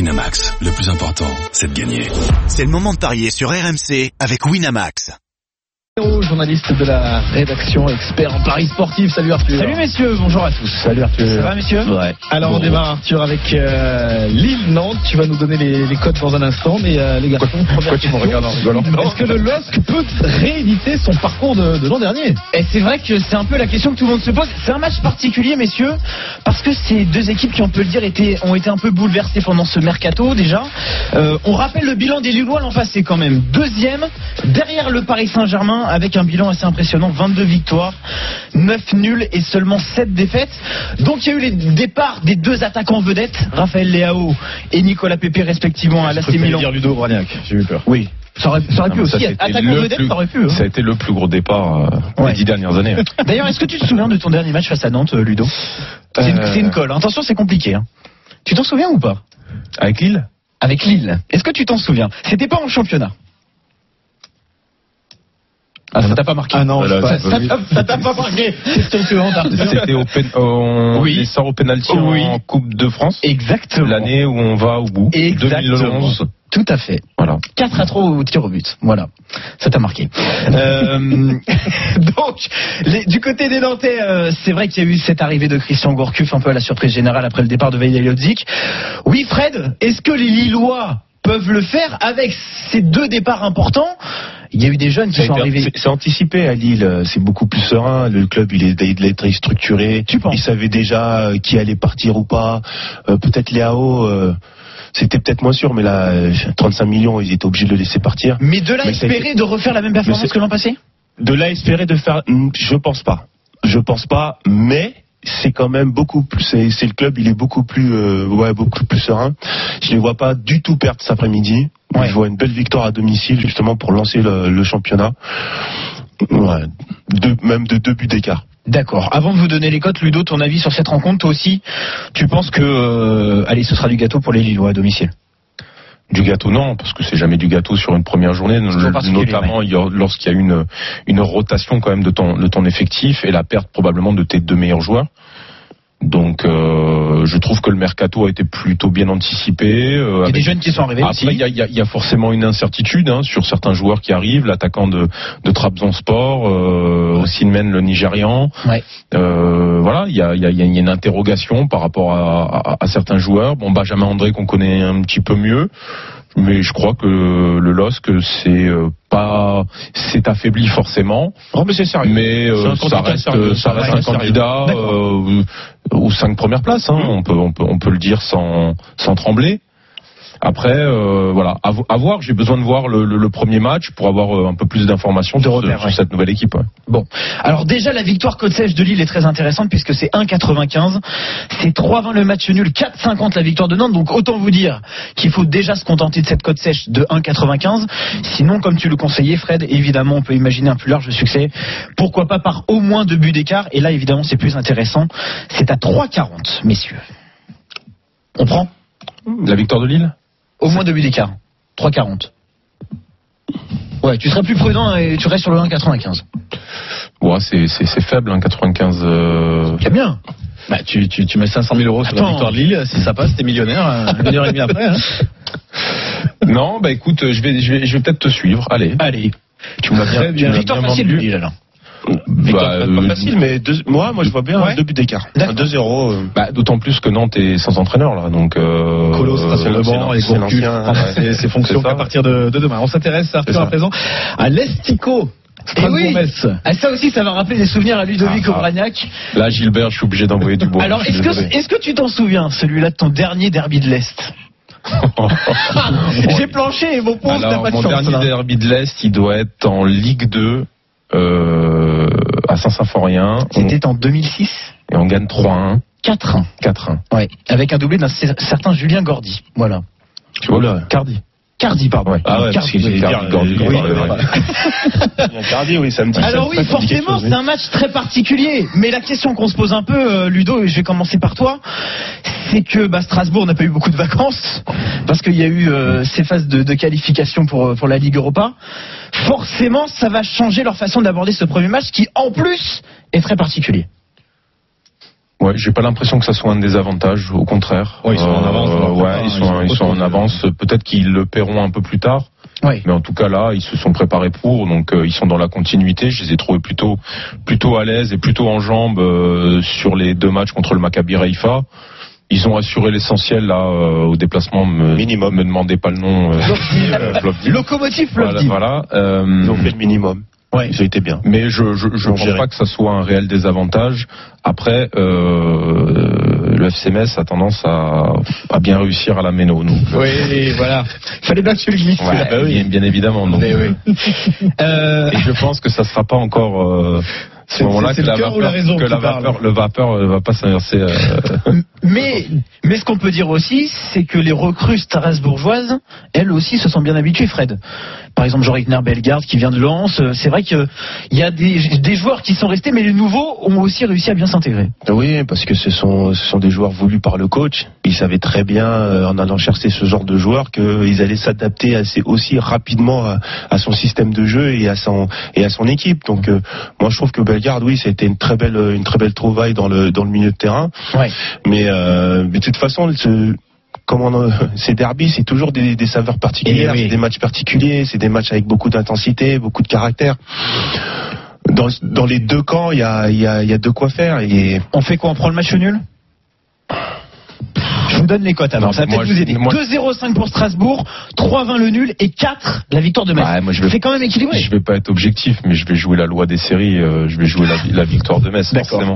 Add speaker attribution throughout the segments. Speaker 1: Winamax, le plus important, c'est de gagner.
Speaker 2: C'est le moment de parier sur RMC avec Winamax.
Speaker 3: Hérault, journaliste de la rédaction, expert en paris sportif. Salut Arthur.
Speaker 4: Salut messieurs, bonjour à tous.
Speaker 3: Salut Arthur.
Speaker 4: Ça va messieurs
Speaker 3: Ouais. Alors on
Speaker 4: Bon.
Speaker 3: démarre Arthur avec euh, Lille Nantes. Tu vas nous donner les, les cotes dans un instant, mais euh, les garçons, première
Speaker 5: pourquoi tu me
Speaker 3: question.
Speaker 5: regardes en rigolant
Speaker 3: Est-ce que le LOSC peut rééditer son parcours de, de l'an dernier
Speaker 4: Et c'est vrai que c'est un peu la question que tout le monde se pose. C'est un match particulier messieurs, parce que ces deux équipes qui on peut le dire étaient, ont été un peu bouleversées pendant ce mercato déjà. Euh, on rappelle le bilan des Lillois l'an passé quand même. Deuxième, derrière le Paris Saint-Germain, avec un bilan assez impressionnant, 22 victoires, 9 nuls et seulement 7 défaites. Donc il y a eu les départs des deux attaquants vedettes, Raphaël Leao et Nicolas Pepe respectivement à l'AC
Speaker 5: Je voulais
Speaker 4: Ah, Milan.
Speaker 5: dire Ludo Braniac, j'ai eu peur.
Speaker 4: Oui. Ça aurait, ça aurait pu
Speaker 5: Non, mais
Speaker 4: aussi.
Speaker 5: ça, c'était
Speaker 4: Attaquant
Speaker 5: le
Speaker 4: vedette,
Speaker 5: plus-
Speaker 4: ça aurait pu. hein.
Speaker 5: Ça a été le plus gros départ euh,
Speaker 4: Ouais.
Speaker 5: des dix dernières années.
Speaker 4: D'ailleurs, est-ce que tu te souviens de ton dernier match face à Nantes, euh, Ludo C'est une,
Speaker 5: Euh.
Speaker 4: c'est une colle. hein. Attention, c'est compliqué. hein. Tu t'en souviens ou pas
Speaker 5: Avec Lille
Speaker 4: Avec Lille. Est-ce que tu t'en souviens C'était pas en championnat. Ah, ça t'a pas marqué.
Speaker 3: Ah non,
Speaker 5: Voilà,
Speaker 3: ça-
Speaker 5: c'est
Speaker 3: ça
Speaker 5: pas-
Speaker 3: t'a- ça t'a pas marqué. Question suivante Arthur.
Speaker 5: C'était au pen- on
Speaker 4: Oui.
Speaker 5: les sort au penalty
Speaker 4: Oui.
Speaker 5: en Coupe de France.
Speaker 4: Exactement.
Speaker 5: L'année où on va au bout.
Speaker 4: Exactement.
Speaker 5: 2011.
Speaker 4: Tout à fait.
Speaker 5: Voilà.
Speaker 4: 4 à 3 au tir au but. Voilà. Ça t'a marqué. Euh, donc, les- du côté des Nantais, euh, c'est vrai qu'il y a eu cette arrivée de Christian Gourcuff un peu à la surprise générale après le départ de Veil Leipzig. Oui, Fred, est-ce que les Lillois peuvent le faire avec ces deux départs importants Il y a eu des jeunes qui sont arrivés.
Speaker 6: C'est anticipé à Lille, c'est beaucoup plus serein. Le club, il est, il est très structuré.
Speaker 4: Tu penses
Speaker 6: Il savait déjà euh, qui allait partir ou pas. Euh, peut-être Léao, euh, c'était peut-être moins sûr, mais là, euh, 35 millions, ils étaient obligés de le laisser partir.
Speaker 4: Mais de là à
Speaker 6: Mais ça a
Speaker 4: espérer de refaire la même
Speaker 6: Mais
Speaker 4: performance
Speaker 6: c'est-
Speaker 4: que l'an passé
Speaker 6: De là, espérer de faire, hmm, je pense pas. Je pense pas, mais c'est quand même beaucoup plus, c'est, c'est le club, il est beaucoup plus, euh, ouais, beaucoup plus serein. Je les vois pas du tout perdre cet après-midi.
Speaker 4: Ouais.
Speaker 6: Je vois une belle victoire à domicile, justement, pour lancer le, le championnat. Ouais. Deux- même de deux buts d'écart.
Speaker 4: D'accord. Avant de vous donner les cotes, Ludo, ton avis sur cette rencontre, toi aussi, tu penses que, euh, allez, ce sera du gâteau pour les Lillois à domicile
Speaker 5: Du gâteau, non, parce que c'est jamais du gâteau sur une première journée,
Speaker 4: toujours particulier,
Speaker 5: notamment il y a- lorsqu'il y a une, une rotation quand même de ton, de ton effectif et la perte probablement de tes deux meilleurs joueurs. Donc, euh, je trouve que le mercato a été plutôt bien anticipé.
Speaker 4: Il y
Speaker 5: euh,
Speaker 4: a
Speaker 5: avec
Speaker 4: des jeunes qui sont arrivés. aussi.
Speaker 5: Après, il y a, il y a- il y a forcément une incertitude hein, sur certains joueurs qui arrivent, l'attaquant de, de Trabzonspor, euh, Osimhen, le Nigérian.
Speaker 4: Ouais.
Speaker 5: Euh, voilà, il y a, il y a- il y a une interrogation par rapport à, à- à certains joueurs. Bon, Benjamin André qu'on connaît un petit peu mieux, mais je crois que le LOSC c'est euh, pas, c'est affaibli forcément.
Speaker 6: Oh, mais c'est
Speaker 4: Ah,
Speaker 6: sérieux.
Speaker 5: Mais euh,
Speaker 6: C'est un
Speaker 5: ça
Speaker 6: candidat
Speaker 5: reste,
Speaker 6: sérieux.
Speaker 5: ça reste un
Speaker 6: Ouais, sérieux.
Speaker 5: candidat euh, aux cinq premières places. hein. On peut, on peut, on peut le dire sans, sans trembler. Après, euh, voilà, à, vo- à voir. J'ai besoin de voir le, le- le premier match pour avoir euh, un peu plus d'informations
Speaker 4: De
Speaker 5: sur, ce-
Speaker 4: repères,
Speaker 5: sur
Speaker 4: ouais.
Speaker 5: cette nouvelle équipe. ouais.
Speaker 4: Bon, alors déjà la victoire côte sèche de Lille est très intéressante puisque c'est 1,95, c'est 3,20 le match nul, 4,50 la victoire de Nantes. Donc autant vous dire qu'il faut déjà se contenter de cette côte sèche de 1,95. Sinon, comme tu le conseillais, Fred, évidemment, on peut imaginer un plus large succès. Pourquoi pas par au moins deux buts d'écart Et là, évidemment, c'est plus intéressant. C'est à 3,40, messieurs. On prend
Speaker 5: La victoire de Lille
Speaker 4: au moins deux buts d'écart, 3,40. Ouais, tu serais plus prudent et tu restes sur le 1,95.
Speaker 5: ouais, c'est, c'est- c'est faible, hein, 95. euh,
Speaker 4: C'est bien.
Speaker 3: Bah, tu, tu, tu mets 500 000 euros sur la
Speaker 4: Attends.
Speaker 3: victoire de Lille. Si ça passe, t'es millionnaire euh, une heure et demie après. hein.
Speaker 5: Non, bah écoute, euh, je vais, je vais, je vais peut-être te suivre. Allez.
Speaker 4: Allez.
Speaker 5: Tu m'as bien, tu m'as
Speaker 4: Victoire
Speaker 5: bien
Speaker 4: facile,
Speaker 5: vendu.
Speaker 4: Lille, alors.
Speaker 5: Bah,
Speaker 6: Victoire, pas
Speaker 5: euh,
Speaker 6: facile, mais deux- moi, moi, je vois bien hein,
Speaker 4: Ouais.
Speaker 6: deux buts d'écart.
Speaker 4: D'accord.
Speaker 6: 2-0. euh,
Speaker 5: bah, d'autant plus que Nantes est sans entraîneur là, donc. Euh,
Speaker 3: Colo
Speaker 4: ah,
Speaker 3: sera sur le
Speaker 5: euh,
Speaker 3: banc et
Speaker 5: c'est
Speaker 3: Gourcuff
Speaker 5: l'ancien,
Speaker 3: prendra
Speaker 5: ouais.
Speaker 3: ses, ses fonctions
Speaker 5: C'est ça.
Speaker 3: à partir de, de demain. On s'intéresse, Arthur,
Speaker 5: ça.
Speaker 3: à présent, à l'Estico Strasbourg-Metz.
Speaker 4: Eh Ah, ça aussi, ça va rappeler des souvenirs à Ludovic
Speaker 5: Ah, ah.
Speaker 4: Obraniak.
Speaker 5: Là, Gilbert, je suis obligé d'envoyer du bois.
Speaker 4: Alors,
Speaker 5: Je suis
Speaker 4: est-ce que,
Speaker 5: désolé.
Speaker 4: est-ce que tu t'en souviens, celui-là, de ton dernier derby de l'Est Ah, J'ai planché et mon pauvre, t'as
Speaker 5: Alors,
Speaker 4: pas de
Speaker 5: mon
Speaker 4: chance. hein.
Speaker 5: dernier
Speaker 4: là.
Speaker 5: derby de l'Est, il doit être en Ligue 2 euh, à Saint-Symphorien. On-
Speaker 4: C'était en 2006,
Speaker 5: Et on gagne 3-1,
Speaker 4: 4-1.
Speaker 5: 4-1.
Speaker 4: Ouais, avec un doublé d'un cer- certain Julien Gordy. Voilà.
Speaker 5: Tu vois là Cardi.
Speaker 4: Cardi, pardon.
Speaker 5: Ouais.
Speaker 6: Ah ouais, parce
Speaker 4: Cardi.
Speaker 6: qu'il est
Speaker 5: Cardi, Gordy,
Speaker 6: oui,
Speaker 5: Gordy,
Speaker 6: oui,
Speaker 5: Gordy.
Speaker 6: oui. Cardi, oui, samedi.
Speaker 4: Alors oui, forcément, c'est un match très particulier. Mais la question qu'on se pose un peu, euh, Ludo, et je vais commencer par toi, c'est que bah, Strasbourg n'a pas eu beaucoup de vacances parce qu'il y a eu euh, ces phases de, de qualification pour euh, pour la Ligue Europa. Forcément, ça va changer leur façon d'aborder ce premier match qui, en plus, est très particulier.
Speaker 5: Ouais, j'ai pas l'impression que ça soit un désavantage, au contraire.
Speaker 7: Ouais, ils sont en avance,
Speaker 5: Euh,
Speaker 7: dans le
Speaker 5: ouais,
Speaker 7: prépa,
Speaker 5: ils
Speaker 7: ils
Speaker 5: sont,
Speaker 7: sont
Speaker 5: ils sont en
Speaker 7: costaud.
Speaker 5: avance. Peut-être qu'ils le paieront un peu plus tard.
Speaker 4: Ouais.
Speaker 5: Mais en tout cas là, ils se sont préparés pour, donc euh, ils sont dans la continuité. Je les ai trouvés plutôt, plutôt à l'aise et plutôt en jambes euh, sur les deux matchs contre le Maccabi Raifa. Ils ont assuré l'essentiel là euh, au déplacement. Me, Minimum. Me demandez pas le nom. euh, euh, Plovdiv.
Speaker 4: Locomotive
Speaker 5: Voilà.
Speaker 4: Plovdiv.
Speaker 5: voilà, euh,
Speaker 6: Ils ont fait le minimum.
Speaker 4: Ouais.
Speaker 6: Ils ont été bien.
Speaker 5: mais je je, je
Speaker 6: Ils ont
Speaker 5: pense
Speaker 6: géré.
Speaker 5: pas que ça soit un réel désavantage. Après, euh, le FCMS a tendance à, à bien réussir à la méno. Donc, euh,
Speaker 7: Oui, voilà. Fallait bien que tu le glisses.
Speaker 5: ouais, bah bien, bien évidemment. Donc,
Speaker 7: Ah bah Mais oui.
Speaker 4: Eh Euh,
Speaker 5: Et je pense que ça sera pas encore euh, ce
Speaker 7: C'est-
Speaker 5: moment-là
Speaker 7: c'est-
Speaker 5: que
Speaker 7: c'est
Speaker 5: la
Speaker 7: le cœur ou la
Speaker 5: vapeur,
Speaker 7: raison
Speaker 5: que
Speaker 7: qui
Speaker 5: la
Speaker 7: parle
Speaker 5: vapeur, le vapeur euh, va pas s'inverser. euh,
Speaker 4: mais, mais ce qu'on peut dire aussi, c'est que les recrues strasbourgeoises, elles aussi, se sont bien habituées, Fred. Par exemple, Jean-Rigner Bellegarde qui vient de Lens. euh, C'est vrai qu'il y a des, des joueurs qui sont restés, mais les nouveaux ont aussi réussi à bien s'intégrer.
Speaker 6: Oui, parce que ce sont, ce sont des joueurs voulus par le coach. Ils savaient très bien, euh, en allant chercher ce genre de joueurs, qu'ils allaient s'adapter assez aussi rapidement à, à son système de jeu et à son et à son équipe. Donc, euh, moi, je trouve que Bellegarde, oui, ça a été une très belle une très belle trouvaille dans le dans le milieu de terrain.
Speaker 4: Ouais.
Speaker 6: Mais, euh, mais de toute façon, ce- comment on- ces derbys, c'est toujours des, des saveurs particulières,
Speaker 4: Eh oui.
Speaker 6: c'est des matchs particuliers, c'est des matchs avec beaucoup d'intensité, beaucoup de caractère. Dans, dans les deux camps, il y a, il y, a, il y a de quoi faire. Et
Speaker 4: On fait quoi On prend le match nul je vous donne les cotes alors,
Speaker 5: Non,
Speaker 4: ça va
Speaker 5: moi,
Speaker 4: peut-être vous
Speaker 5: je-
Speaker 4: aider.
Speaker 5: moi-
Speaker 4: 2-0-5 pour Strasbourg, 3-20 le nul et 4 la victoire de Metz.
Speaker 5: Ouais, moi, je vais-
Speaker 4: C'est quand même équilibré.
Speaker 5: Je vais pas être objectif, mais je vais jouer la loi des séries. euh, je vais jouer la, la victoire de Metz. forcément.
Speaker 6: Ah, moi,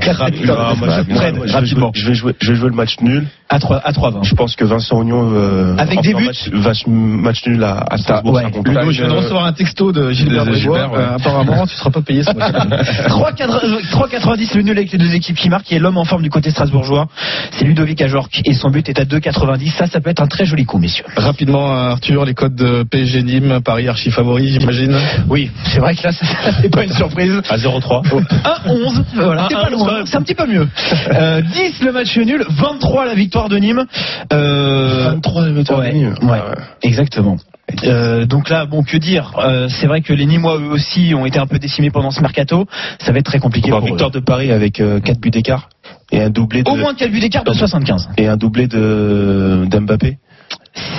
Speaker 6: je-
Speaker 5: Fred,
Speaker 6: moi, je vais jouer- je vais jouer- je vais jouer le match nul.
Speaker 4: À 3 à 3-20.
Speaker 6: Je pense que Vincent Ognon euh,
Speaker 4: Avec
Speaker 6: en
Speaker 4: des
Speaker 6: faisant
Speaker 4: buts.
Speaker 6: match, match- match nul à, à Strasbourg.
Speaker 4: ouais.
Speaker 6: ça compte.
Speaker 5: Ludo,
Speaker 7: Ludo, je viens de
Speaker 5: euh,
Speaker 7: recevoir un texto de Gilbert
Speaker 5: de
Speaker 7: Bribois.
Speaker 5: Gilbert, ouais.
Speaker 7: Euh, apparemment, tu seras pas payé ce mois-ci.
Speaker 4: 3,90 le nul avec les deux équipes qui marquent et l'homme en forme du côté strasbourgeois, c'est Ludovic Ajorc et son but est à 2,90. Ça, ça peut être un très joli coup, messieurs.
Speaker 7: Rapidement, Arthur, les codes de PSG Nîmes, Paris archi favori, j'imagine.
Speaker 4: Oui, c'est vrai que là, ça, ça, c'est pas une surprise.
Speaker 6: À 0-3.
Speaker 4: 1,11, voilà, c'est pas loin, c'est un petit peu mieux. Euh, 10 le match nul, 23 la victoire de Nîmes. Euh,
Speaker 6: 23
Speaker 4: Ouais, ouais, exactement. Euh, donc là, bon, que dire Euh, C'est vrai que les Nîmois, eux aussi, ont été un peu décimés pendant ce mercato. Ça va être très compliqué pour
Speaker 6: victoire
Speaker 4: eux.
Speaker 6: de Paris avec 4 buts d'écart et un doublé de
Speaker 4: Au moins 4 buts d'écart de 75.
Speaker 6: et un doublé de d'Mbappé.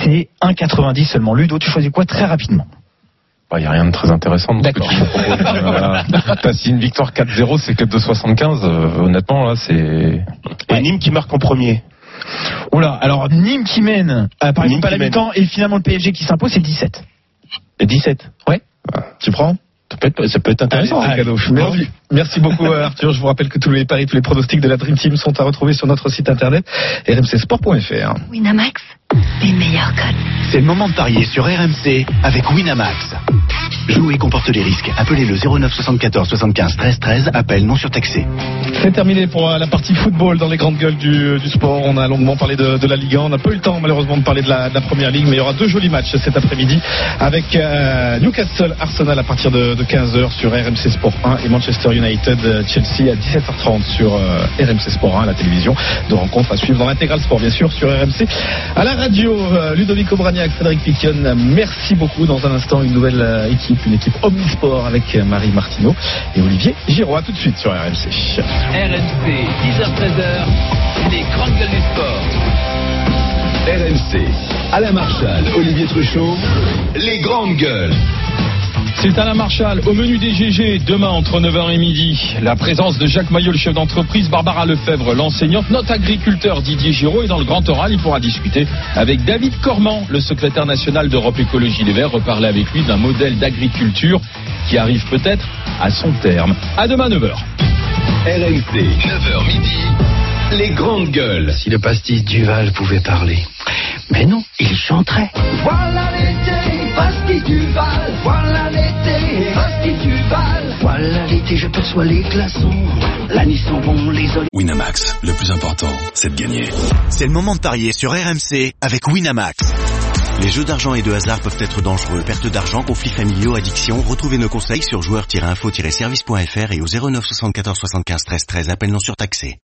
Speaker 4: C'est 1,90 seulement. Ludo, tu choisis quoi très rapidement
Speaker 5: Il n'y bah, a rien de très intéressant. dans ce que
Speaker 4: D'accord.
Speaker 5: tu nous proposes. Voilà. T'as- si une victoire 4-0, c'est que 2,75. euh, honnêtement, là, c'est.
Speaker 6: Et Nîmes qui marque en premier.
Speaker 4: Oula, alors Nîmes qui mène, euh, par
Speaker 6: Nîmes
Speaker 4: exemple, à la
Speaker 6: qui mène.
Speaker 4: mi-temps, et finalement le PSG qui s'impose, c'est 17.
Speaker 6: Et 17.
Speaker 7: Tu prends
Speaker 6: Ça peut être, ça peut être intéressant.
Speaker 4: Ah,
Speaker 7: Allez, Ah, cadeau. Merci, merci beaucoup euh, Arthur. Je vous rappelle que tous les paris, tous les pronostics de la Dream Team sont à retrouver sur notre site internet rmcsport.fr.
Speaker 8: Winamax, les meilleurs codes.
Speaker 2: C'est le moment de parier sur RMC avec Winamax. Jouer comporte les risques. Appelez le 09 74 75 13 13. Appel non surtaxé.
Speaker 7: C'est terminé pour euh, la partie football dans les grandes gueules du, du sport. On a longuement parlé de, de la Ligue 1. On n'a pas eu le temps malheureusement de parler de la, de la première ligue, mais il y aura deux jolis matchs cet après-midi avec euh, Newcastle Arsenal à partir de, 15h sur RMC Sport 1 et Manchester United euh, Chelsea à 17h30 sur euh, RMC Sport 1 à la télévision. Deux rencontres à suivre dans l'intégral sport bien sûr sur RMC. À la radio, euh, Ludovic Obraniak, Frédéric Piquion, merci beaucoup. Dans un instant, une nouvelle euh, équipe, une équipe omnisport avec euh, Marie Martineau et Olivier Giraud. À tout de suite sur RMC.
Speaker 9: RMC, 10h-13h, les grandes gueules du sport.
Speaker 1: RMC, Alain Marchal, Olivier Truchot, les grandes gueules.
Speaker 10: C'est Alain Marchal au menu des GG demain entre 9h et midi. La présence de Jacques Maillot, le chef d'entreprise, Barbara Lefebvre, l'enseignante, notre agriculteur Didier Giraud et dans le grand oral, il pourra discuter avec David Cormand, le secrétaire national d'Europe Écologie Les Verts, reparler avec lui d'un modèle d'agriculture qui arrive peut-être à son terme. À demain 9h.
Speaker 1: RMC, 9h midi, les grandes gueules.
Speaker 2: Si le pastis Duval pouvait parler. Mais non, il chanterait.
Speaker 9: Voilà l'été, Basti Duval. Voilà l'été, Basti Duval.
Speaker 2: Voilà l'été, je perçois les glaçons. La nuit sont bon, les olives.
Speaker 1: Winamax, le plus important, c'est de gagner.
Speaker 2: C'est le moment de parier sur RMC avec Winamax. Les jeux d'argent et de hasard peuvent être dangereux. Perte d'argent, conflits familiaux, addiction. Retrouvez nos conseils sur joueurs-info-service.fr et au 09 74 75 13 13. Appel non surtaxé.